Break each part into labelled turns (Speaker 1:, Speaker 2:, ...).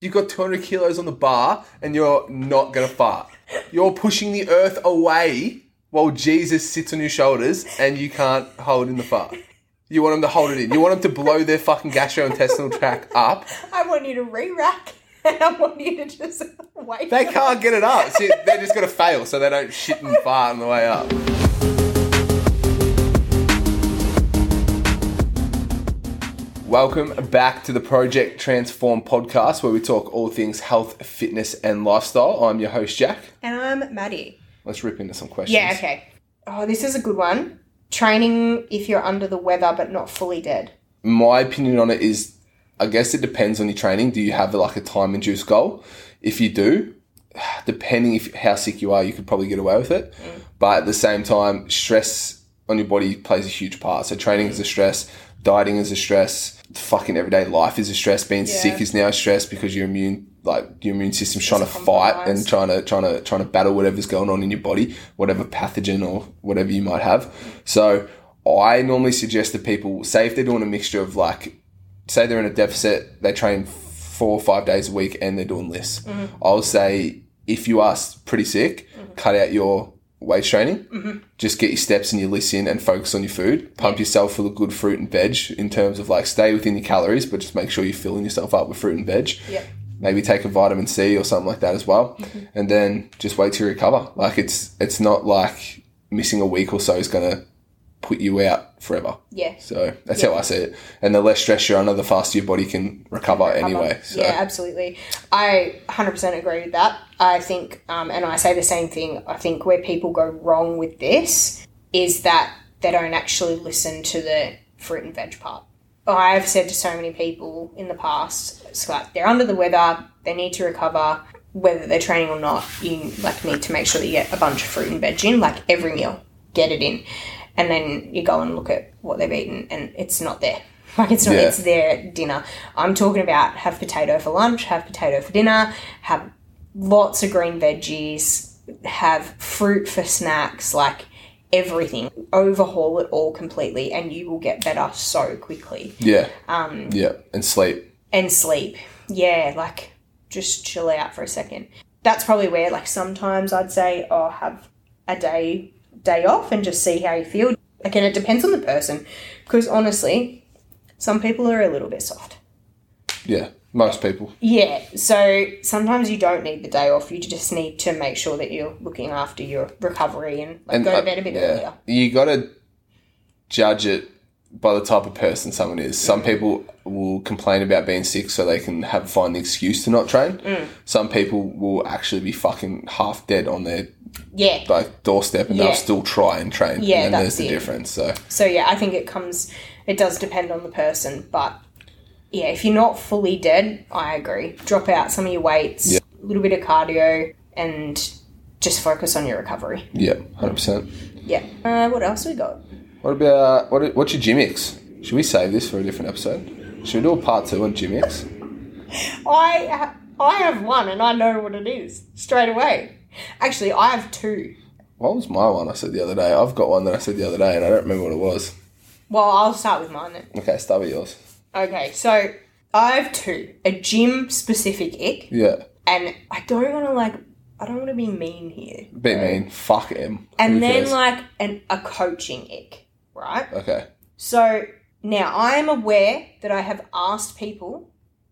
Speaker 1: You've got 200 kilos on the bar and you're not going to fart. You're pushing the earth away while Jesus sits on your shoulders and you can't hold in the fart. You want him to hold it in. You want him to blow their fucking gastrointestinal tract up.
Speaker 2: I want you to re-rack and I want you to just wait.
Speaker 1: They can't get it up. See, they're just going to fail so they don't shit and fart on the way up. Welcome back to the Project Transform podcast where we talk all things health, fitness, and lifestyle. I'm your host, Jack.
Speaker 2: And I'm Maddie.
Speaker 1: Let's rip into some questions.
Speaker 2: Yeah, okay. Oh, this is a good one. Training if you're under the weather but not fully dead.
Speaker 1: my opinion on it is I guess it depends on your training. Do you have like a time induced goal? If you do, depending if how sick you are, you could probably get away with it. But at the same time, stress on your body plays a huge part. So training is a stress, dieting is a stress, fucking everyday life is a stress. Being sick is now a stress because your immune like your immune system's trying to fight and trying to trying to trying to battle whatever's going on in your body, whatever pathogen or whatever you might have. So I normally suggest that people say if they're doing a mixture of like say they're in a deficit, they train four or five days a week and they're doing less. I'll say if you are s- pretty sick, cut out your weight training. Just get your steps and your list in and focus on your food. Pump yourself full of good fruit and veg in terms of like stay within your calories, but just make sure you're filling yourself up with fruit and veg.
Speaker 2: Yep.
Speaker 1: Maybe take a vitamin C or something like that as well. And then just wait to recover. Like it's it's not like missing a week or so is gonna put you out forever.
Speaker 2: Yeah.
Speaker 1: So that's how I see it. And the less stress you're under, the faster your body can recover, anyway. So
Speaker 2: Yeah, absolutely. I 100% agree with that. I think, um, and I say the same thing, I think where people go wrong with this is that they don't actually listen to the fruit and veg part. I've said to so many people in the past, it's like they're under the weather, they need to recover, whether they're training or not, you like need to make sure that you get a bunch of fruit and veg in, like every meal, get it in. And then you go and look at what they've eaten and it's not there. Like it's not
Speaker 1: Yeah.
Speaker 2: it's their dinner. I'm talking about have potato for lunch, have potato for dinner, have lots of green veggies, have fruit for snacks, like everything. Overhaul it all completely and you will get better so quickly.
Speaker 1: yeah, um, yeah, and sleep.
Speaker 2: And sleep. Yeah, like just chill out for a second. That's probably where like sometimes I'd say, oh have a day day off and just see how you feel. Again, it depends on the person. Because honestly, some people are a little bit soft.
Speaker 1: Yeah, most people.
Speaker 2: Yeah, so sometimes you don't need the day off. You just need to make sure that you're looking after your recovery and, like,
Speaker 1: And
Speaker 2: go
Speaker 1: uh,
Speaker 2: to bed a bit
Speaker 1: yeah.
Speaker 2: earlier.
Speaker 1: You got to judge it by the type of person someone is.
Speaker 2: Mm.
Speaker 1: Some people will complain about being sick so they can have find the excuse to not train.
Speaker 2: Mm.
Speaker 1: Some people will actually be fucking half dead on their
Speaker 2: Yeah.
Speaker 1: like doorstep and
Speaker 2: Yeah.
Speaker 1: they'll still try and train.
Speaker 2: Yeah,
Speaker 1: and then there's
Speaker 2: that's
Speaker 1: the
Speaker 2: it.
Speaker 1: difference. So
Speaker 2: So yeah, I think it comes. It does depend on the person, but yeah, if you're not fully dead, I agree. Drop out some of your weights,
Speaker 1: Yeah.
Speaker 2: a little bit of cardio, and just focus on your recovery.
Speaker 1: yeah, hundred percent.
Speaker 2: Yeah. Uh, what else we got?
Speaker 1: What about uh, what? What's your gimmicks? Should we save this for a different episode? Should we do a part two on gimmicks?
Speaker 2: I ha- I have one, and I know what it is straight away. Actually, I have two.
Speaker 1: What was my one? I said the other day. I've got one that I said the other day, and I don't remember what it was.
Speaker 2: Well, I'll start with mine then.
Speaker 1: Okay, start with yours.
Speaker 2: Okay, so I have two a gym specific ick,
Speaker 1: Yeah,
Speaker 2: and I don't want to like, I don't want to be mean here.
Speaker 1: bit mean. Fuck him. Who
Speaker 2: And then
Speaker 1: cares?
Speaker 2: like an a coaching ick, right?
Speaker 1: okay,
Speaker 2: So now I am aware that I have asked people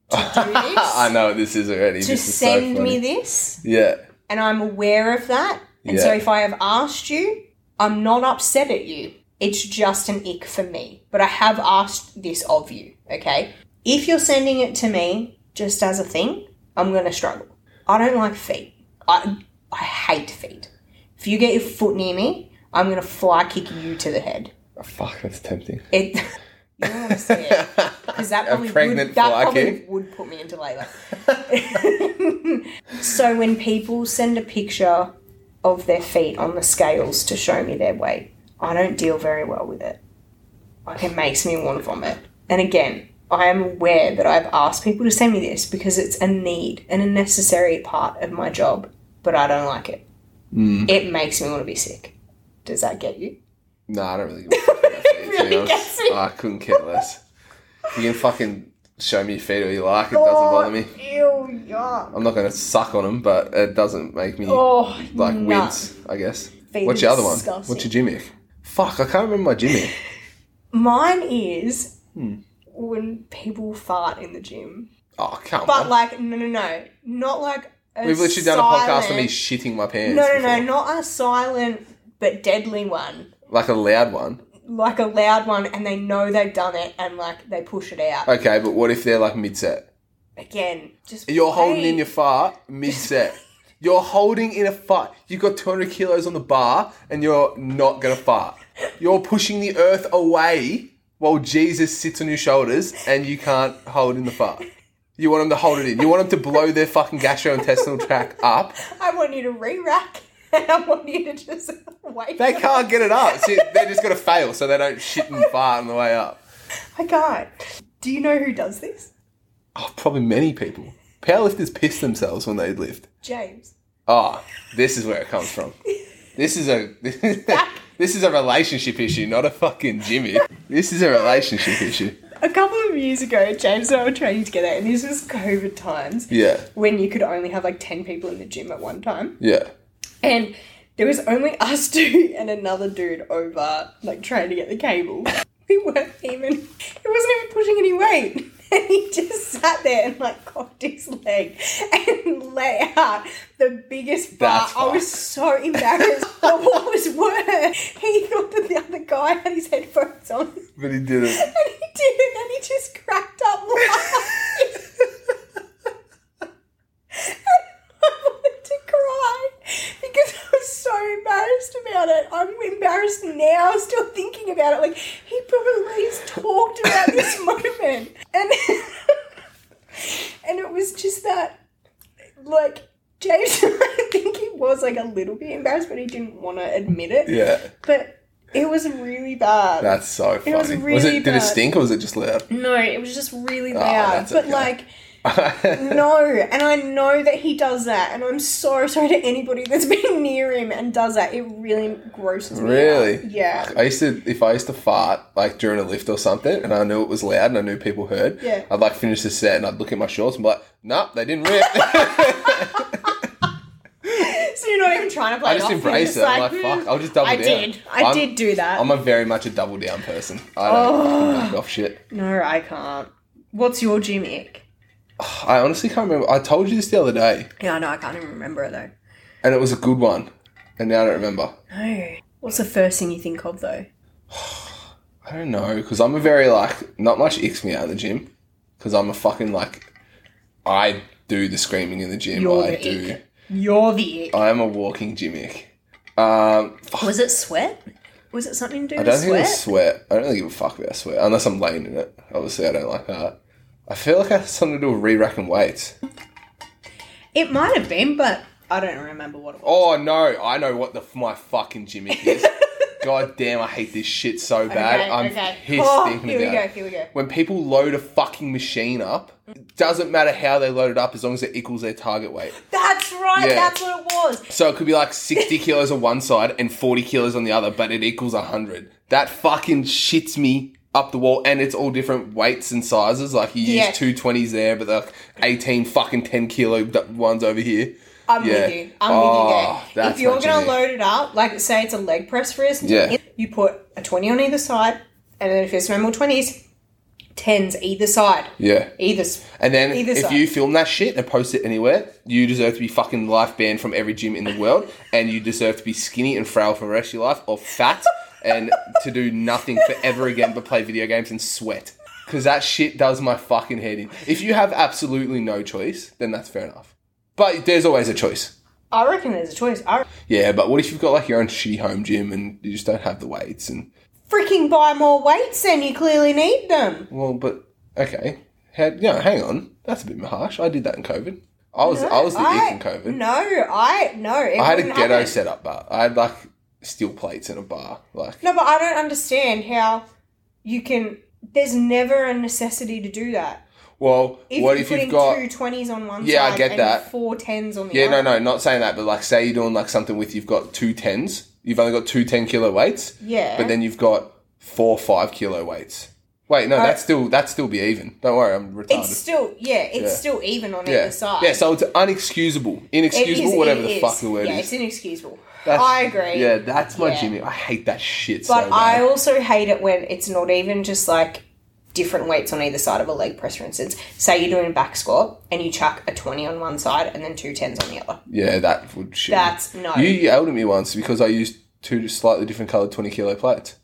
Speaker 1: I know what this is already.
Speaker 2: to
Speaker 1: this is
Speaker 2: send
Speaker 1: so
Speaker 2: me
Speaker 1: funny.
Speaker 2: this,
Speaker 1: Yeah,
Speaker 2: and I'm aware of that. And so
Speaker 1: Yeah.
Speaker 2: if I have asked you, I'm not upset at you. It's just an ick for me, but I have asked this of you, okay? If you're sending it to me just as a thing, I'm going to struggle. I don't like feet. I I hate feet. If you get your foot near me, I'm going to fly kick you to the head.
Speaker 1: Oh, fuck, that's tempting.
Speaker 2: It you don't want to see it because that probably
Speaker 1: pregnant
Speaker 2: would, that
Speaker 1: fly
Speaker 2: probably
Speaker 1: kick.
Speaker 2: would put me into labour. so when people send a picture of their feet on the scales to show me their weight, I don't deal very well with it. Like it makes me want to vomit. And again, I am aware that I've asked people to send me this because it's a need and a necessary part of my job, but I don't like it. It makes me want to be sick. Does that get you?
Speaker 1: No, I don't really. Give a fuck about that, to be
Speaker 2: Really
Speaker 1: honest.
Speaker 2: gets me.
Speaker 1: I couldn't care less. You can fucking show me your feet all you like. It doesn't bother me.
Speaker 2: Ew, yuck.
Speaker 1: I'm not going to suck on them, but it doesn't make me
Speaker 2: Oh,
Speaker 1: like
Speaker 2: no.
Speaker 1: wince. I guess.
Speaker 2: Feet
Speaker 1: What's
Speaker 2: are
Speaker 1: your other one?
Speaker 2: disgusting.
Speaker 1: What's your gimmick? Fuck, I can't remember my gimmick.
Speaker 2: Mine is
Speaker 1: Hmm.
Speaker 2: when people fart in the gym.
Speaker 1: Oh, come
Speaker 2: But
Speaker 1: on.
Speaker 2: like, no, no, no, not like a
Speaker 1: We've literally done a podcast on me
Speaker 2: silent-
Speaker 1: shitting my pants.
Speaker 2: No, no, no,
Speaker 1: before.
Speaker 2: not a silent but deadly one.
Speaker 1: Like a loud one.
Speaker 2: Like a loud one, and they know they've done it, and like they push it out
Speaker 1: Okay, but what if they're like mid set?
Speaker 2: again. Just
Speaker 1: You're holding
Speaker 2: wait.
Speaker 1: in your fart mid set. You're holding in a fart. You've got 200 kilos on the bar and you're not going to fart. You're pushing the earth away while Jesus sits on your shoulders and you can't hold in the fart. You want them to hold it in. You want them to blow their fucking gastrointestinal tract up.
Speaker 2: I want you to re-rack, and I want you to just wait.
Speaker 1: They can't get it up. See, they're just going to fail so they don't shit and fart on the way up.
Speaker 2: I can't. Do you know who does this?
Speaker 1: Oh, probably many people. Powerlifters piss themselves when they lift.
Speaker 2: James.
Speaker 1: Ah, this is where it comes from. This is a this is a relationship issue, not a fucking Jimmy. This is a relationship issue.
Speaker 2: A couple of years ago, James and I were training together, and this was COVID times
Speaker 1: Yeah,
Speaker 2: when you could only have like 10 people in the gym at one time.
Speaker 1: yeah.
Speaker 2: And there was only us two and another dude over, like trying to get the cable. We weren't even, he wasn't even pushing any weight. And he just sat there and like cocked his leg and let out the biggest bar.
Speaker 1: That's
Speaker 2: I was so embarrassed. but what was worse, he thought that the other guy had his headphones on.
Speaker 1: But he did it.
Speaker 2: And he did, and then he just cracked up laughing. I wanted to cry because I was so embarrassed about it. I'm embarrassed now, still thinking about it. Like, he probably has talked about this moment. And, and it was just that, like, James, I think he was like a little bit embarrassed, but he didn't want to admit it.
Speaker 1: Yeah,
Speaker 2: But it was really bad.
Speaker 1: that's so funny.
Speaker 2: was
Speaker 1: was,
Speaker 2: really
Speaker 1: it? Did it
Speaker 2: bad.
Speaker 1: stink or was it just loud?
Speaker 2: No, it was just really loud.
Speaker 1: Oh, that's
Speaker 2: but
Speaker 1: okay.
Speaker 2: like, no, and I know that he does that, and I'm so sorry to anybody that's been near him and does that. It really grosses me. out.
Speaker 1: Really?
Speaker 2: Yeah.
Speaker 1: I used to, if I used to fart like during a lift or something, and I knew it was loud and I knew people heard.
Speaker 2: Yeah.
Speaker 1: I'd like finish the set and I'd look at my shorts and be like, "Nah, they didn't rip."
Speaker 2: So you're not even trying to play.
Speaker 1: I just
Speaker 2: it off. You're
Speaker 1: embrace it. I'm like,
Speaker 2: "Hmm,
Speaker 1: fuck, I'll just double
Speaker 2: I
Speaker 1: down.
Speaker 2: did. I
Speaker 1: I'm-
Speaker 2: did do that.
Speaker 1: I'm a very much a double down person. I don't
Speaker 2: Oh.
Speaker 1: fucking back off shit.
Speaker 2: no, I can't. What's your gimmick?
Speaker 1: I honestly can't remember. I told you this the other day,
Speaker 2: Yeah, no, I can't even remember it though.
Speaker 1: and it was a good one, and now I don't remember.
Speaker 2: No. What's the first thing you think of though?
Speaker 1: I don't know because I'm a very like not much icks me out in the gym because I'm a fucking like I do the screaming in the gym.
Speaker 2: You're
Speaker 1: I
Speaker 2: the
Speaker 1: do.
Speaker 2: ick. You're the
Speaker 1: I am a walking gimmick. Um, fuck,
Speaker 2: Was it sweat? Was it something to do
Speaker 1: I
Speaker 2: with
Speaker 1: don't think
Speaker 2: sweat?
Speaker 1: it's sweat. I don't really give a fuck about sweat unless I'm laying in it. Obviously, I don't like that. I feel like I have something to do with re-racking weights.
Speaker 2: It might have been, but I don't remember what it was.
Speaker 1: Oh no, I know what the f- my fucking gimmick is. God damn, I hate this shit so bad. I'm pissed thinking
Speaker 2: Oh, here
Speaker 1: about
Speaker 2: we go,
Speaker 1: it.
Speaker 2: here we go.
Speaker 1: When people load a fucking machine up, it doesn't matter how they load it up as long as it equals their target weight.
Speaker 2: That's right,
Speaker 1: Yeah.
Speaker 2: that's what it was.
Speaker 1: So it could be like 60 kilos on one side and 40 kilos on the other, but it equals 100. That fucking shits me up the wall, and it's all different weights and sizes. Like you
Speaker 2: Yeah.
Speaker 1: use two 20s there, but they're like 18 fucking 10 kilo d- ones over here.
Speaker 2: I'm
Speaker 1: Yeah.
Speaker 2: with you. I'm
Speaker 1: Oh,
Speaker 2: with you there. If
Speaker 1: that's
Speaker 2: you're
Speaker 1: my
Speaker 2: gonna
Speaker 1: gimmick.
Speaker 2: load it up, like say it's a leg press for instance,
Speaker 1: Yeah.
Speaker 2: you put a twenty on either side, and then if there's no more twenties, tens either side.
Speaker 1: Yeah.
Speaker 2: Either s-
Speaker 1: And then
Speaker 2: Either
Speaker 1: if
Speaker 2: side.
Speaker 1: you film that shit and post it anywhere, you deserve to be fucking life banned from every gym in the world, and you deserve to be skinny and frail for the rest of your life, or fat, and to do nothing forever again but play video games and sweat. Because that shit does my fucking head in. If you have absolutely no choice, then that's fair enough. But there's always a choice.
Speaker 2: I reckon there's a choice. I
Speaker 1: Yeah, but what if you've got like your own shitty home gym and you just don't have the weights and
Speaker 2: freaking buy more weights then you clearly need them.
Speaker 1: Well, but okay. Had, yeah, hang on. That's a bit harsh. I did that in COVID. I was I was the ick in COVID.
Speaker 2: No, I no. It
Speaker 1: I had a
Speaker 2: wouldn't
Speaker 1: ghetto
Speaker 2: happen.
Speaker 1: setup bar. I had like steel plates in a bar. Like
Speaker 2: No, but I don't understand how you can. There's never a necessity to do that.
Speaker 1: well,
Speaker 2: If
Speaker 1: what
Speaker 2: you're
Speaker 1: if
Speaker 2: putting
Speaker 1: you've got
Speaker 2: two twenties on one
Speaker 1: Yeah, I
Speaker 2: side
Speaker 1: get
Speaker 2: and
Speaker 1: that.
Speaker 2: four tens on the
Speaker 1: Yeah,
Speaker 2: other?
Speaker 1: no, no, not saying that, but like say you're doing like something with you've got two tens, you've only got two 10 kilo weights,
Speaker 2: Yeah,
Speaker 1: but then you've got four five kilo weights. Wait, no, that's still that's still be even. Don't worry, I'm retarded.
Speaker 2: It's still yeah, it's
Speaker 1: Yeah.
Speaker 2: still even on
Speaker 1: yeah.
Speaker 2: either side.
Speaker 1: yeah, so it's inexcusable,
Speaker 2: It
Speaker 1: inexcusable,
Speaker 2: is-
Speaker 1: whatever
Speaker 2: it
Speaker 1: the
Speaker 2: is.
Speaker 1: fuck the word
Speaker 2: Yeah,
Speaker 1: is.
Speaker 2: it's inexcusable.
Speaker 1: That's-
Speaker 2: I agree.
Speaker 1: Yeah, that's my
Speaker 2: Yeah.
Speaker 1: Jimmy. I hate that shit
Speaker 2: But
Speaker 1: so
Speaker 2: I
Speaker 1: bad.
Speaker 2: also hate it when it's not even just like different weights on either side of a leg press, for instance. Say you're doing a back squat and you chuck a 20 on one side and then two 10s on the other.
Speaker 1: yeah, that would shit. me.
Speaker 2: That's no.
Speaker 1: you yelled at me once because I used two slightly different coloured twenty kilo plates.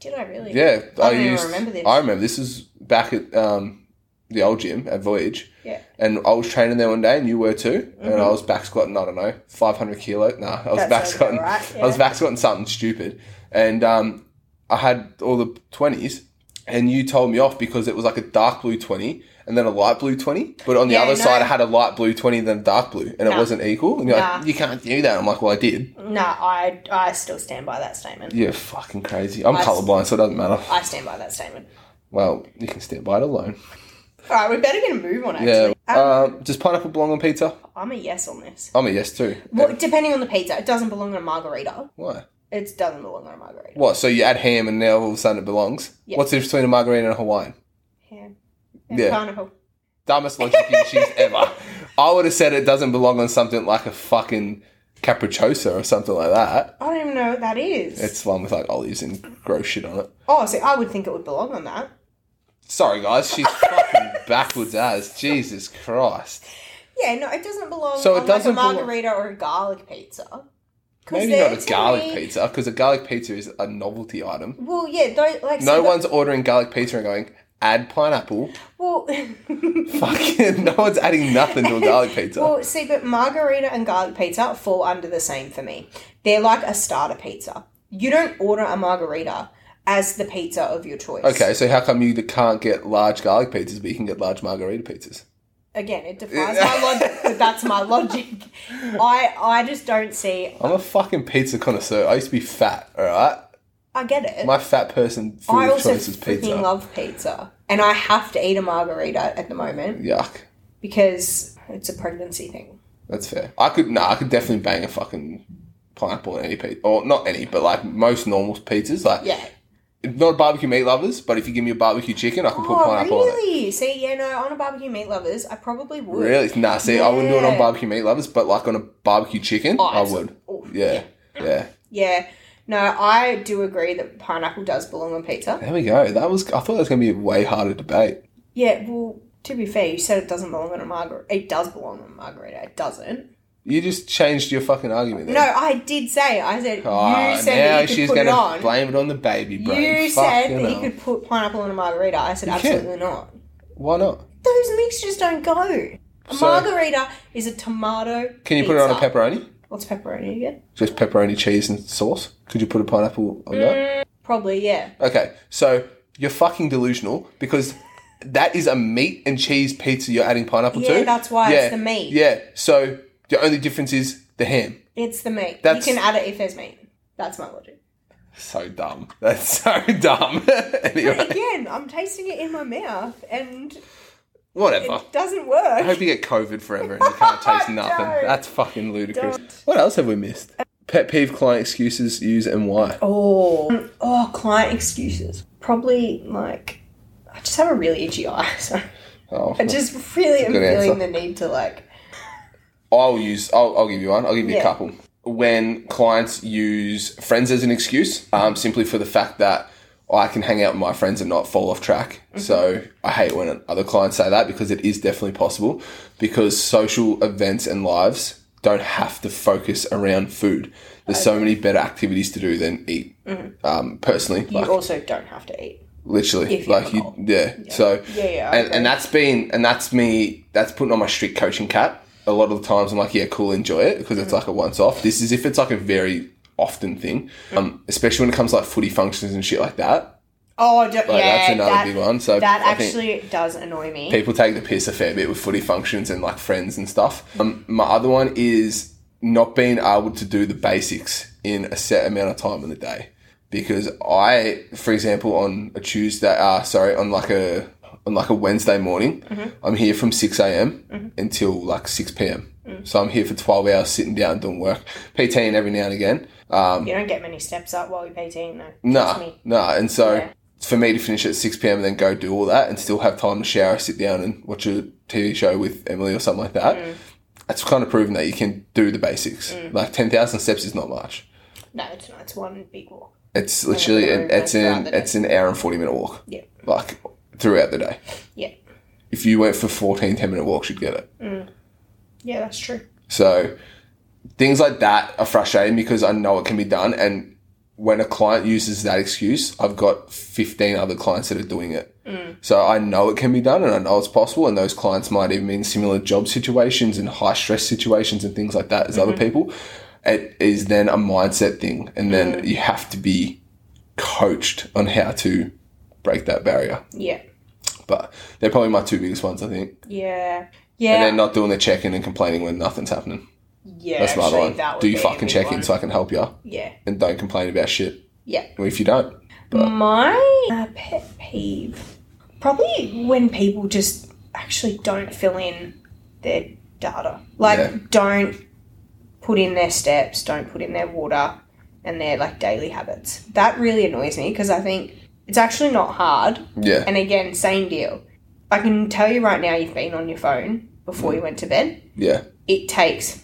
Speaker 2: Did I really?
Speaker 1: Yeah, I,
Speaker 2: don't even
Speaker 1: used.
Speaker 2: remember this.
Speaker 1: I remember this is back at um, the old gym at Voyage.
Speaker 2: Yeah. Mm-hmm.
Speaker 1: And I was training there one day, and you were too. And I was back squatting, I don't know, five hundred kilo. Nah, I was
Speaker 2: That
Speaker 1: back
Speaker 2: sounds
Speaker 1: squatting.
Speaker 2: about right,
Speaker 1: I was
Speaker 2: yeah.
Speaker 1: back squatting something stupid, and um, I had all the twenties. And you told me off because it was like a dark blue twenty and then a light blue twenty, but on the
Speaker 2: Yeah,
Speaker 1: other
Speaker 2: no.
Speaker 1: side I had a light blue twenty then a dark blue, and it
Speaker 2: Nah.
Speaker 1: wasn't equal. And you're
Speaker 2: Nah.
Speaker 1: like, you can't do that. I'm like, well, I did.
Speaker 2: No, I, I still stand by that statement.
Speaker 1: You're fucking crazy. I'm
Speaker 2: I s-
Speaker 1: colorblind, so it doesn't matter.
Speaker 2: I stand by that statement.
Speaker 1: Well, you can stand by it alone.
Speaker 2: All right, we better get a move on,
Speaker 1: Yeah.
Speaker 2: actually. Um,
Speaker 1: Um, does pineapple belong on pizza?
Speaker 2: I'm a yes on this.
Speaker 1: I'm a yes too.
Speaker 2: Well, depending on the pizza, it doesn't belong on a margarita.
Speaker 1: Why?
Speaker 2: It doesn't belong on a margarita.
Speaker 1: What? So you add ham and now all of a sudden it belongs?
Speaker 2: Yeah.
Speaker 1: What's the difference between a margarita and a Hawaiian?
Speaker 2: Ham.
Speaker 1: Yeah.
Speaker 2: Yeah. Pineapple.
Speaker 1: Dumbest logic issues ever. I would have said it doesn't belong on something like a fucking capricciosa or something like that.
Speaker 2: I don't even know what that is.
Speaker 1: It's one with like olives and gross shit on it.
Speaker 2: oh, see, I would think it would belong on that.
Speaker 1: Sorry guys, she's fucking backwards as. Jesus Christ.
Speaker 2: Yeah, no, it doesn't belong
Speaker 1: So it
Speaker 2: on
Speaker 1: doesn't
Speaker 2: like a
Speaker 1: belong-
Speaker 2: margarita or a garlic pizza. 'Cause
Speaker 1: Maybe
Speaker 2: they're
Speaker 1: not a
Speaker 2: to
Speaker 1: garlic
Speaker 2: me-
Speaker 1: pizza, because a garlic pizza is a novelty item.
Speaker 2: Well, yeah, though, like
Speaker 1: No
Speaker 2: so the-
Speaker 1: one's ordering garlic pizza and going, add pineapple.
Speaker 2: Well,
Speaker 1: Fucking no one's adding nothing to a garlic pizza.
Speaker 2: well, see, but margarita and garlic pizza fall under the same for me. They're like a starter pizza. You don't order a margarita as the pizza of your choice.
Speaker 1: Okay, so how come you can't get large garlic pizzas, but you can get large margarita pizzas?
Speaker 2: Again, it defies my logic. but That's my logic. I I just don't see.
Speaker 1: I'm a fucking pizza connoisseur. I used to be fat, all right.
Speaker 2: I get it.
Speaker 1: My fat person food
Speaker 2: I
Speaker 1: of
Speaker 2: also
Speaker 1: choice is
Speaker 2: freaking
Speaker 1: pizza.
Speaker 2: love pizza, and I have to eat a margarita at the moment.
Speaker 1: Yuck,
Speaker 2: because it's a pregnancy thing.
Speaker 1: that's fair. I could nah, I could definitely bang a fucking pineapple in any pizza, or not any, but like most normal pizzas. Like,
Speaker 2: Yeah.
Speaker 1: not barbecue meat lovers, but if you give me a barbecue chicken, I could put
Speaker 2: Oh,
Speaker 1: pineapple on it.
Speaker 2: really? See, yeah, no, on a barbecue meat lovers, I probably would.
Speaker 1: Really? Nah, see, I wouldn't do it on
Speaker 2: Yeah.
Speaker 1: barbecue meat lovers, but like on a barbecue chicken,
Speaker 2: Oh,
Speaker 1: I
Speaker 2: absolutely.
Speaker 1: would.
Speaker 2: Oh,
Speaker 1: Yeah, yeah.
Speaker 2: Yeah. No, I do agree that pineapple does belong on pizza.
Speaker 1: There we go. That was. I thought that was going to be a way harder debate.
Speaker 2: Yeah, well, to be fair, you said it doesn't belong on a margarita. It does belong on a margarita. It doesn't.
Speaker 1: You just changed your fucking argument. There.
Speaker 2: No, I did say. I said,
Speaker 1: Ah,
Speaker 2: you said that you could
Speaker 1: she's
Speaker 2: put it
Speaker 1: gonna
Speaker 2: on.
Speaker 1: blame it on the baby brain.
Speaker 2: you
Speaker 1: Fuck,
Speaker 2: said
Speaker 1: you
Speaker 2: that
Speaker 1: know.
Speaker 2: you could put pineapple on a margarita. I said,
Speaker 1: You can.
Speaker 2: absolutely not.
Speaker 1: Why not?
Speaker 2: Those mixtures don't go. A
Speaker 1: So-
Speaker 2: margarita is a tomato.
Speaker 1: Can you put it on a
Speaker 2: pizza.
Speaker 1: pepperoni?
Speaker 2: What's pepperoni again?
Speaker 1: Just pepperoni, cheese, and sauce. Could you put a pineapple on
Speaker 2: Mm.
Speaker 1: that?
Speaker 2: Probably, yeah.
Speaker 1: Okay, so you're fucking delusional because that is a meat and cheese pizza you're adding pineapple to.
Speaker 2: Yeah, that's why it's the meat.
Speaker 1: Yeah, so the only difference is the ham.
Speaker 2: It's the meat.
Speaker 1: That's-
Speaker 2: You can add it if there's meat. That's my logic.
Speaker 1: So dumb. That's so dumb.
Speaker 2: But
Speaker 1: anyway,
Speaker 2: again, I'm tasting it in my mouth and
Speaker 1: whatever.
Speaker 2: it doesn't
Speaker 1: Oh. I
Speaker 2: work.
Speaker 1: hope you get COVID forever and you can't taste nothing.
Speaker 2: Don't.
Speaker 1: That's fucking ludicrous.
Speaker 2: Don't.
Speaker 1: What else have we missed? Pet peeve, client excuses, use and why.
Speaker 2: Oh, Um, oh, client excuses. Probably like I just have a really itchy eye, so
Speaker 1: Oh,
Speaker 2: I just really am
Speaker 1: good
Speaker 2: feeling
Speaker 1: answer.
Speaker 2: the need to like.
Speaker 1: I'll use. I'll, I'll give you one. I'll give you a
Speaker 2: Yeah.
Speaker 1: couple. When clients use friends as an excuse, um, simply for the fact that oh, I can hang out with my friends and not fall off track.
Speaker 2: Mm-hmm.
Speaker 1: So I hate when other clients say that because it is definitely possible. Because social events and lives don't have to focus around food. There's so many better activities to do than eat. Um, personally,
Speaker 2: Mm-hmm. You
Speaker 1: like
Speaker 2: also don't have to eat.
Speaker 1: literally,
Speaker 2: if you
Speaker 1: like
Speaker 2: have
Speaker 1: you,
Speaker 2: alcohol.
Speaker 1: yeah. So
Speaker 2: Yeah, yeah. I
Speaker 1: and,
Speaker 2: agree.
Speaker 1: and that's been and that's me that's putting on my strict coaching cap a lot of the times i'm like yeah cool enjoy it because
Speaker 2: Mm.
Speaker 1: it's like a once off this is if it's like a very often thing
Speaker 2: Mm.
Speaker 1: um, especially when it comes to like footy functions and shit like that
Speaker 2: oh, I don't,
Speaker 1: like
Speaker 2: yeah,
Speaker 1: that's another
Speaker 2: that,
Speaker 1: big one so
Speaker 2: that
Speaker 1: I think
Speaker 2: actually does annoy me.
Speaker 1: people take the piss a fair bit with footy functions and like friends and stuff um, my other one is not being able to do the basics in a set amount of time in the day because i for example on a tuesday uh, sorry on like a on like a wednesday morning i'm here from 6 a.m until like 6 p.m so i'm here for 12 hohours sitting down doing work pt'ing every now and again um,
Speaker 2: you don't get many steps up while you're 18, though.
Speaker 1: no,
Speaker 2: me.
Speaker 1: no, and so
Speaker 2: Yeah.
Speaker 1: for me to finish at 6 p.m. and then go do all that and still have time to shower, sit down and watch a TV show with Emily or something like that,
Speaker 2: Mm.
Speaker 1: that's kind of proven that you can do the basics. Like 10,000 steps is not much.
Speaker 2: No, it's not. It's one big walk.
Speaker 1: It's literally
Speaker 2: Yeah,
Speaker 1: an, it's
Speaker 2: throughout
Speaker 1: an
Speaker 2: the day.
Speaker 1: it's an hour and 40 minute walk.
Speaker 2: Yeah.
Speaker 1: Like throughout the day.
Speaker 2: Yeah.
Speaker 1: If you went for 14 10 minute walks, you'd get it.
Speaker 2: Yeah, that's true.
Speaker 1: So things like that are frustrating because I know it can be done. And when a client uses that excuse, I've got 15 other clients that are doing it. So I know it can be done and I know it's possible. And those clients might even be in similar job situations and high stress situations and things like that as other people. It is then a mindset thing. And then you have to be coached on how to break that barrier.
Speaker 2: Yeah.
Speaker 1: But they're probably my two biggest ones, I think.
Speaker 2: Yeah.
Speaker 1: And
Speaker 2: Yeah.
Speaker 1: then not doing the check in and complaining when nothing's happening.
Speaker 2: yeah.
Speaker 1: That's my
Speaker 2: actually,
Speaker 1: line.
Speaker 2: that would
Speaker 1: Do you
Speaker 2: be a
Speaker 1: fucking
Speaker 2: big
Speaker 1: check
Speaker 2: one.
Speaker 1: in so I can help you?
Speaker 2: Yeah.
Speaker 1: And don't complain about shit
Speaker 2: Yeah.
Speaker 1: if you don't. But-
Speaker 2: My uh, pet peeve probably when people just actually don't fill in their data. Like,
Speaker 1: Yeah.
Speaker 2: don't put in their steps, don't put in their water and their like daily habits. That really annoys me because I think it's actually not hard.
Speaker 1: Yeah.
Speaker 2: And again, same deal. I can tell you right now you've been on your phone before you went to bed.
Speaker 1: Yeah.
Speaker 2: It takes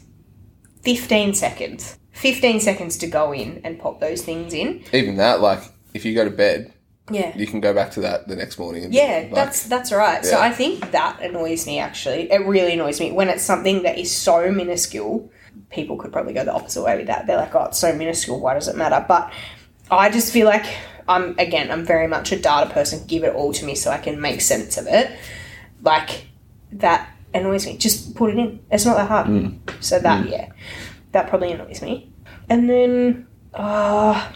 Speaker 2: 15 seconds. 15 seconds to go in and pop those things in.
Speaker 1: Even that, like, if you go to bed,
Speaker 2: Yeah.
Speaker 1: you can go back to that the next morning. And
Speaker 2: Yeah,
Speaker 1: like,
Speaker 2: that's that's all right. So
Speaker 1: Yeah.
Speaker 2: I think that annoys me actually. It really annoys me when it's something that is so minuscule. People could probably go the opposite way with that. They're like, "Oh, it's so minuscule. Why does it matter?" But I just feel like I'm again, I'm very much a data person. Give it all to me so I can make sense of it. Like that annoys me. Just put it in. It's not that hard.
Speaker 1: Mm.
Speaker 2: So that yeah, that probably annoys me. And then uh,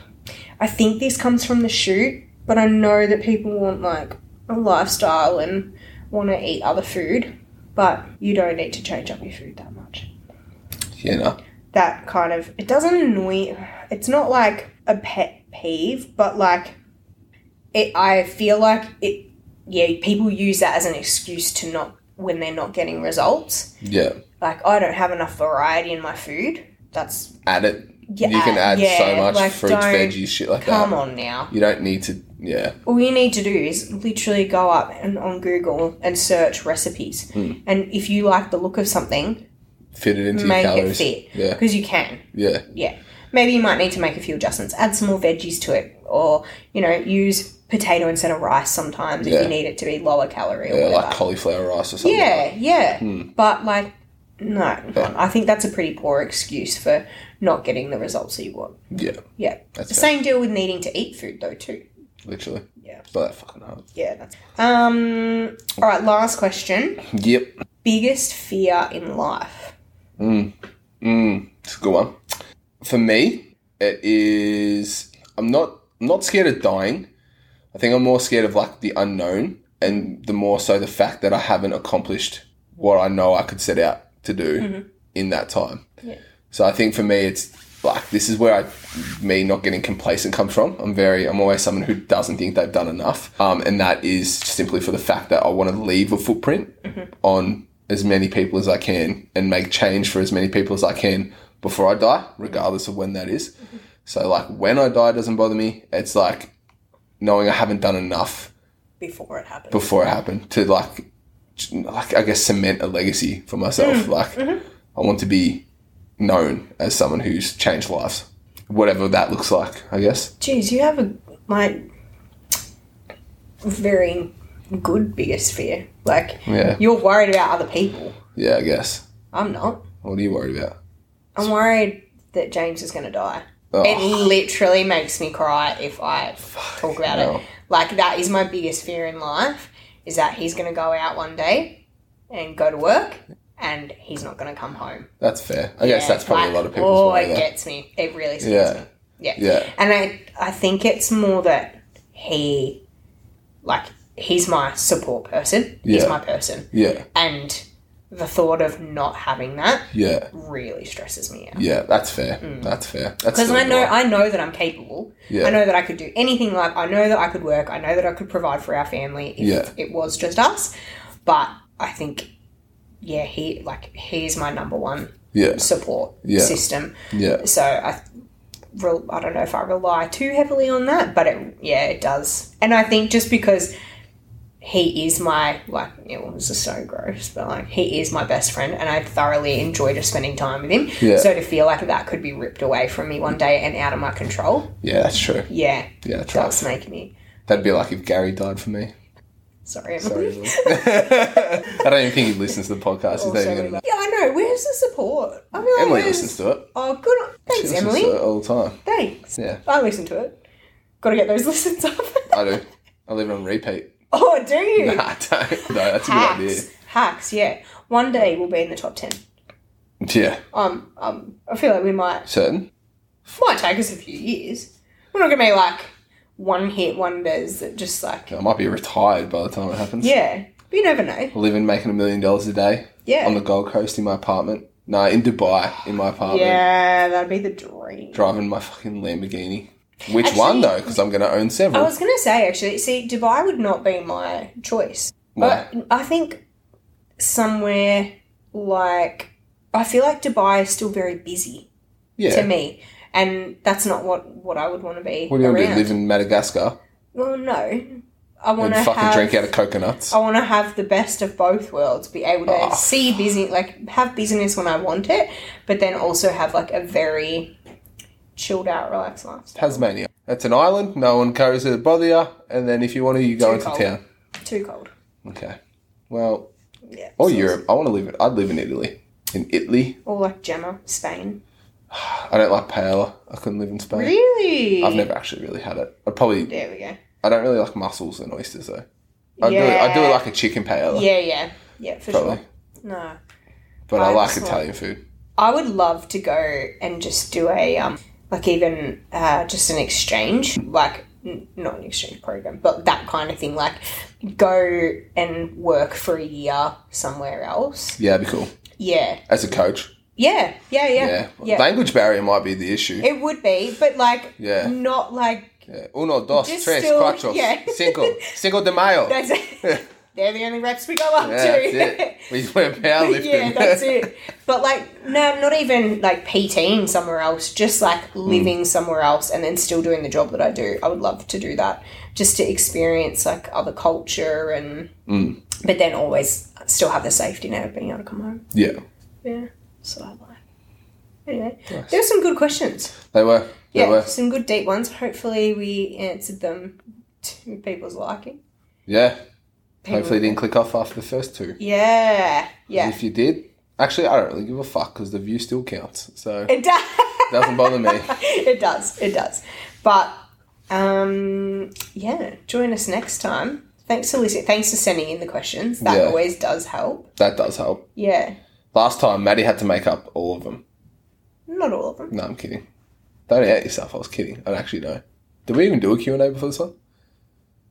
Speaker 2: I think this comes from the shoot, but I know that people want like a lifestyle and want to eat other food, but you don't need to change up your food that much.
Speaker 1: you know.
Speaker 2: That kind of it doesn't annoy. It's not like a pet peeve, but like it. I feel like it. Yeah, people use that as an excuse to not when they're not getting results.
Speaker 1: Yeah.
Speaker 2: Like I don't have enough variety in my food. That's
Speaker 1: Add it.
Speaker 2: yeah,
Speaker 1: you can add
Speaker 2: yeah,
Speaker 1: so much
Speaker 2: like,
Speaker 1: fruits,
Speaker 2: don't-
Speaker 1: veggies, shit like
Speaker 2: Come
Speaker 1: that.
Speaker 2: on now.
Speaker 1: You don't need to. Yeah.
Speaker 2: all you need to do is literally go up and on Google and search recipes. And if you like the look of something,
Speaker 1: Fit it Hmm. into
Speaker 2: make
Speaker 1: your
Speaker 2: it
Speaker 1: calories.
Speaker 2: fit
Speaker 1: Yeah.
Speaker 2: because you can.
Speaker 1: Yeah.
Speaker 2: Yeah. Maybe you might need to make a few adjustments. Add some more veggies to it, or you know, use potato instead of rice sometimes if
Speaker 1: Yeah.
Speaker 2: you need it to be lower calorie or
Speaker 1: Yeah.
Speaker 2: whatever.
Speaker 1: Like Hmm. cauliflower rice or something.
Speaker 2: yeah, yeah. But like, no, I think that's a pretty poor excuse for not getting the results that you want.
Speaker 1: Yeah.
Speaker 2: Yeah.
Speaker 1: That's
Speaker 2: The
Speaker 1: it.
Speaker 2: same deal with needing to eat food though too.
Speaker 1: Literally.
Speaker 2: Yeah.
Speaker 1: It's not that fucking hard.
Speaker 2: Yeah. That's... Um. All right. Last question.
Speaker 1: Yep.
Speaker 2: Biggest fear in life.
Speaker 1: Mm, it's a good one. For me, it is. I'm not. I'm not scared of dying. I think I'm more scared of like the unknown, and the more so the fact that I haven't accomplished what I know I could set out to do in that time.
Speaker 2: Yeah.
Speaker 1: So I think for me, it's like this is where I, me not getting complacent comes from. I'm very. I'm always someone who doesn't think they've done enough, um, and that is simply for the fact that I want to leave a footprint on as many people as I can and make change for as many people as I can before I die, regardless of when that is. So like when I die doesn't bother me. It's like knowing I haven't done enough
Speaker 2: Before it happened.
Speaker 1: before it happened to like like I guess cement a legacy for myself.
Speaker 2: Mm.
Speaker 1: Like
Speaker 2: Mm-hmm.
Speaker 1: I want to be known as someone who's changed lives. Whatever that looks like, I guess.
Speaker 2: Jeez, you have a like very good biggest fear. Like
Speaker 1: Yeah.
Speaker 2: you're worried about other people.
Speaker 1: Yeah, I guess.
Speaker 2: I'm not.
Speaker 1: What are you worried about?
Speaker 2: I'm worried that James is gonna die. It
Speaker 1: Oh,
Speaker 2: literally makes me cry if I talk about
Speaker 1: hell.
Speaker 2: it. Like that is my biggest fear in life is that he's gonna go out one day and go to work and he's not gonna come home.
Speaker 1: that's fair. I guess
Speaker 2: Yeah,
Speaker 1: that's probably
Speaker 2: like,
Speaker 1: a lot of people's
Speaker 2: Oh,
Speaker 1: worry.
Speaker 2: it
Speaker 1: though.
Speaker 2: gets me. It really
Speaker 1: Yeah.
Speaker 2: scares me. Yeah.
Speaker 1: Yeah.
Speaker 2: And I I think it's more that he like he's my support person. He's
Speaker 1: Yeah.
Speaker 2: my person.
Speaker 1: Yeah.
Speaker 2: And the thought of not having that
Speaker 1: Yeah.
Speaker 2: really stresses me out.
Speaker 1: Yeah, that's fair. That's fair. That's
Speaker 2: Because
Speaker 1: still
Speaker 2: Mm. I
Speaker 1: a
Speaker 2: know
Speaker 1: good one.
Speaker 2: I know that I'm capable.
Speaker 1: Yeah.
Speaker 2: I know that I could do anything like I know that I could work. I know that I could provide for our family if
Speaker 1: Yeah.
Speaker 2: it was just us. But I think yeah, he like he's my number one
Speaker 1: Yeah.
Speaker 2: support
Speaker 1: Yeah.
Speaker 2: system.
Speaker 1: Yeah.
Speaker 2: So I re- I don't know if I rely too heavily on that, but it, yeah, it does. And I think just because he is my like it was just so gross, but like he is my best friend, and I thoroughly enjoy just spending time with him.
Speaker 1: Yeah.
Speaker 2: So to feel like that could be ripped away from me one day and out of my control,
Speaker 1: Yeah, that's true.
Speaker 2: yeah,
Speaker 1: Yeah, that's right.
Speaker 2: does make me
Speaker 1: That'd be like if Gary died for me.
Speaker 2: sorry.
Speaker 1: Sorry, Will. I don't even think he listens to the podcast. He's not even
Speaker 2: Also,
Speaker 1: gonna
Speaker 2: yeah,
Speaker 1: know.
Speaker 2: I know. Where's the support? I feel like
Speaker 1: Emily
Speaker 2: there's-
Speaker 1: listens to it.
Speaker 2: Oh, good. On,
Speaker 1: She
Speaker 2: thanks,
Speaker 1: listens
Speaker 2: Emily.
Speaker 1: to it all the uh, time.
Speaker 2: Thanks.
Speaker 1: Yeah,
Speaker 2: I listen to it. Got to get those listens up.
Speaker 1: I do. I leave it on repeat.
Speaker 2: oh, do you?
Speaker 1: Nah, I don't. No, that's a
Speaker 2: Hacks.
Speaker 1: good idea.
Speaker 2: Hacks. Yeah. One day we'll be in the top ten.
Speaker 1: Yeah,
Speaker 2: Um, um, I feel like we might
Speaker 1: certain.
Speaker 2: might take us a few years. We're not gonna be like one hit wonders that just like
Speaker 1: I might be retired by the time it happens.
Speaker 2: yeah. But you never know.
Speaker 1: Living, making a million dollars a day
Speaker 2: Yeah.
Speaker 1: on the Gold Coast in my apartment. No, in Dubai in my apartment.
Speaker 2: yeah, that'd be the dream.
Speaker 1: Driving my fucking Lamborghini. Which
Speaker 2: Actually-
Speaker 1: one though? Because I'm going to own
Speaker 2: I
Speaker 1: several.
Speaker 2: was gonna say actually, see, Dubai would not be my choice.
Speaker 1: Why?
Speaker 2: But I think somewhere like I feel like Dubai is still very busy to
Speaker 1: yeah.
Speaker 2: me. And that's not what, what I would want to be.
Speaker 1: What do you want to do?
Speaker 2: around.
Speaker 1: Live in Madagascar
Speaker 2: Well, no. I
Speaker 1: and
Speaker 2: want to
Speaker 1: fucking
Speaker 2: have, Oh.
Speaker 1: drink out of coconuts?
Speaker 2: I want to have the best of both worlds. Be able to
Speaker 1: Oh.
Speaker 2: see business, like have business when I want it, but then also have like a very chilled out, relaxed lifestyle.
Speaker 1: Tasmania. That's an island. No one carries it to bother you. And then if you want to, you go
Speaker 2: Too
Speaker 1: into
Speaker 2: cold.
Speaker 1: town.
Speaker 2: Too cold.
Speaker 1: Okay. Well,
Speaker 2: Yeah.
Speaker 1: or
Speaker 2: So-
Speaker 1: Oh, Europe. I want to live. In, I'd live in Italy. In Italy,
Speaker 2: Or like Gemma, Spain.
Speaker 1: I don't like paella. I couldn't live in Spain.
Speaker 2: Really?
Speaker 1: I've never actually really had it. I probably.
Speaker 2: There we go.
Speaker 1: I don't really like mussels and oysters though. I do. I do
Speaker 2: Yeah.
Speaker 1: like a chicken paella.
Speaker 2: Yeah, yeah, yeah, for
Speaker 1: probably.
Speaker 2: sure. No,
Speaker 1: But I,
Speaker 2: I
Speaker 1: like
Speaker 2: just like-
Speaker 1: Italian food.
Speaker 2: I would love to go and just do a um, like even uh, just an exchange, like n- not an exchange program, but that kind of thing. Like go and work for a year somewhere else.
Speaker 1: Yeah, it'd be cool.
Speaker 2: Yeah,
Speaker 1: As a coach.
Speaker 2: yeah, yeah, yeah,
Speaker 1: Yeah.
Speaker 2: yeah.
Speaker 1: Language barrier might be the issue.
Speaker 2: It would be, but like
Speaker 1: Yeah.
Speaker 2: not like
Speaker 1: Yeah. Uno, dos,
Speaker 2: Just
Speaker 1: tres,
Speaker 2: still-
Speaker 1: cuatro,
Speaker 2: yeah.
Speaker 1: cinco. Cinco de Mayo.
Speaker 2: that's it. They're the only reps we go up
Speaker 1: yeah,
Speaker 2: to.
Speaker 1: that's it. We went powerlifting.
Speaker 2: yeah, that's it. But like, no, not even like PTing somewhere else. Just like
Speaker 1: Hmm.
Speaker 2: living somewhere else and then still doing the job that I do. I would love to do that, just to experience like other culture and,
Speaker 1: Mm.
Speaker 2: but then always still have the safety net of being able to come home.
Speaker 1: yeah.
Speaker 2: Yeah, so I like. Anyway, there were some good questions.
Speaker 1: They were. They
Speaker 2: Yeah,
Speaker 1: were.
Speaker 2: some good deep ones. Hopefully, we answered them to people's liking.
Speaker 1: Yeah.
Speaker 2: People-
Speaker 1: Hopefully, it didn't click off after the first two.
Speaker 2: Yeah, yeah.
Speaker 1: If you did, actually, I don't really give a fuck because the view still counts. So it
Speaker 2: It does.
Speaker 1: doesn't bother me.
Speaker 2: it does. It does. But um, yeah, join us next time. Thanks for listening. Thanks for sending in the questions. That
Speaker 1: Yeah.
Speaker 2: always does help.
Speaker 1: That does help.
Speaker 2: Yeah,
Speaker 1: Last time, Maddie had to make up all of them.
Speaker 2: not all of them.
Speaker 1: No, I'm kidding. Don't out yourself. I was kidding. I don't actually know. Did we even do a Q&A before this one?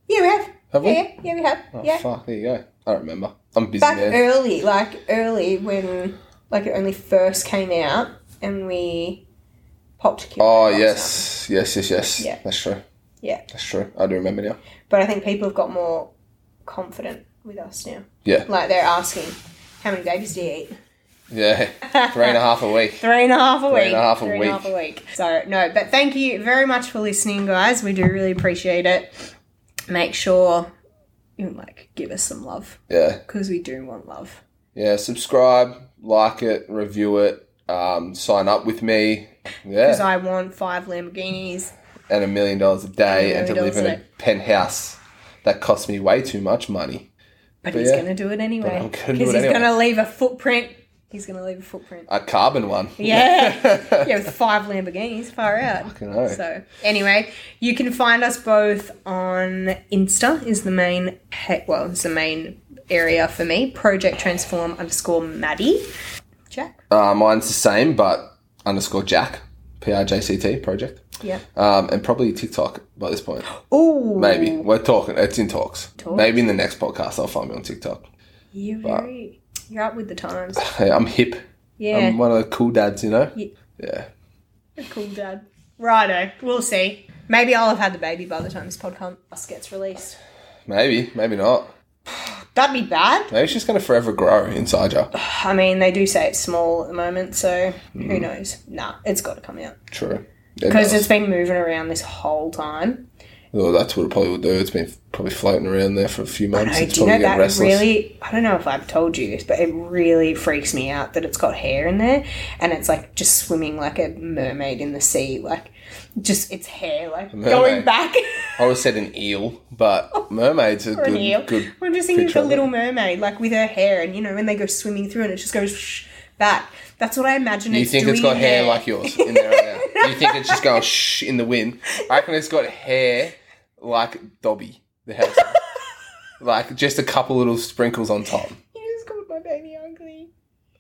Speaker 2: Yeah, we have.
Speaker 1: Have we?
Speaker 2: Yeah, yeah, yeah, we have.
Speaker 1: Oh,
Speaker 2: yeah,
Speaker 1: fuck. There you go. I don't remember. I'm a busy
Speaker 2: back
Speaker 1: man.
Speaker 2: early, like early when like it only first came out, and we popped. Q-
Speaker 1: Oh,
Speaker 2: pops up.
Speaker 1: yes. Yes, yes, yes.
Speaker 2: Yeah.
Speaker 1: That's true.
Speaker 2: Yeah.
Speaker 1: That's true. I do remember now.
Speaker 2: But I think people have got more confident with us now.
Speaker 1: Yeah.
Speaker 2: Like they're asking, how many babies do you eat?
Speaker 1: Yeah. Three and a half a week.
Speaker 2: Three and a half a week.
Speaker 1: Three and a half a
Speaker 2: Three and a half a week. So no, but thank you very much for listening, guys. We do really appreciate it. Make sure you like give us some love
Speaker 1: Yeah.
Speaker 2: because we do want love.
Speaker 1: Yeah. Subscribe, like it, review it, um, sign up with me.
Speaker 2: Because
Speaker 1: Yeah.
Speaker 2: I want five Lamborghinis.
Speaker 1: and a million dollars a day
Speaker 2: And a
Speaker 1: and to
Speaker 2: million
Speaker 1: live in
Speaker 2: dollars
Speaker 1: a penthouse that costs me way too much money.
Speaker 2: But,
Speaker 1: But
Speaker 2: he's
Speaker 1: yeah.
Speaker 2: gonna do it anyway.
Speaker 1: I'm gonna do
Speaker 2: Because
Speaker 1: it
Speaker 2: he's
Speaker 1: anyway.
Speaker 2: gonna leave a footprint. He's gonna leave a footprint.
Speaker 1: A carbon one.
Speaker 2: Yeah. yeah, with five Lamborghinis, far out.
Speaker 1: Fucking hell.
Speaker 2: So, anyway, you can find us both on Insta is the main he- well, it's the main area for me. Project Transform underscore Maddie. Jack.
Speaker 1: Uh, mine's the same, but underscore Jack, P R J C T project,
Speaker 2: Yeah.
Speaker 1: um, and probably TikTok by this point.
Speaker 2: Ooh.
Speaker 1: Maybe we're talking. It's in talks.
Speaker 2: Talks.
Speaker 1: Maybe in the next podcast I'll find me on TikTok.
Speaker 2: You're very you're up with the times.
Speaker 1: Hey, I'm hip.
Speaker 2: Yeah.
Speaker 1: I'm one of the cool dads, you know.
Speaker 2: Yeah.
Speaker 1: Yeah.
Speaker 2: You're cool dad. Righto. We'll see. Maybe I'll have had the baby by the time this podcast gets released.
Speaker 1: Maybe, maybe not.
Speaker 2: That'd be bad.
Speaker 1: Maybe it's just gonna forever grow inside you. Hmm.
Speaker 2: I mean, they do say it's small at the moment, so who knows? Nah, it's got to come out.
Speaker 1: True. It
Speaker 2: because
Speaker 1: does.
Speaker 2: it's been moving around this whole time.
Speaker 1: Well, that's what it probably will do. It's been probably floating around there for a few months.
Speaker 2: Hey,
Speaker 1: it's
Speaker 2: do you
Speaker 1: probably
Speaker 2: know
Speaker 1: getting
Speaker 2: that
Speaker 1: restless.
Speaker 2: really? I don't know if I've told you this, but it really freaks me out that it's got hair in there, and it's like just swimming like a mermaid in the sea, like just its hair like going
Speaker 1: mermaid.
Speaker 2: back.
Speaker 1: I always said an eel, but mermaids are
Speaker 2: or Oh, an eel.
Speaker 1: good, good.
Speaker 2: I'm just thinking of
Speaker 1: picture
Speaker 2: the
Speaker 1: of it.
Speaker 2: Little Mermaid, like with her hair, and you know when they go swimming through, and it just goes shh, back. That's what I imagine.
Speaker 1: You
Speaker 2: it's
Speaker 1: think it's
Speaker 2: doing
Speaker 1: got hair
Speaker 2: there.
Speaker 1: like yours in there right now? You think it's just going shh in the wind? I reckon it's got hair like Dobby, the house. like just a couple little sprinkles on top.
Speaker 2: You just called my baby ugly.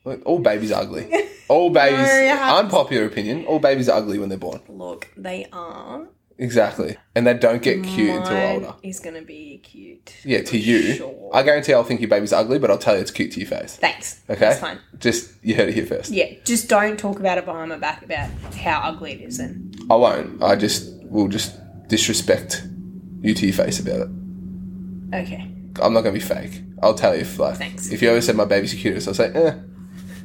Speaker 1: Like, all babies are ugly. All babies,
Speaker 2: it happens.
Speaker 1: unpopular opinion, all babies are ugly when they're born.
Speaker 2: Look, they are.
Speaker 1: Exactly. And they don't get cute until
Speaker 2: Mine
Speaker 1: older.
Speaker 2: Is gonna be cute.
Speaker 1: Yeah, to you.
Speaker 2: Sure.
Speaker 1: I guarantee I'll think your baby's ugly, but I'll tell you it's cute to your face.
Speaker 2: Thanks.
Speaker 1: Okay?
Speaker 2: That's fine.
Speaker 1: Just, you heard it here first.
Speaker 2: Yeah, just don't talk about it behind my back about how ugly it is. And
Speaker 1: I won't. I just will just disrespect you to your face about it.
Speaker 2: okay,
Speaker 1: I'm not gonna be fake. I'll tell you if like
Speaker 2: Thanks.
Speaker 1: if you ever said my baby's the cutest, I'll say, eh,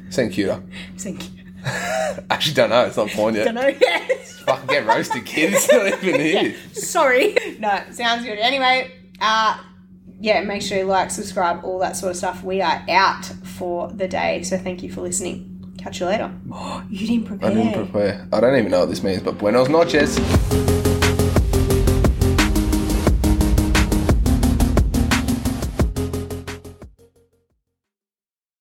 Speaker 1: saying cuter.
Speaker 2: thank you.
Speaker 1: Actually don't know, it's not porn yet.
Speaker 2: Don't know.
Speaker 1: Fucking get roasted, kid, it's not even here.
Speaker 2: Sorry. No, sounds good. Anyway, uh, yeah, make sure you like, subscribe, all that sort of stuff. We are out for the day, so thank you for listening. Catch you later. you didn't prepare.
Speaker 1: I didn't prepare. I don't even know what this means, but buenos noches.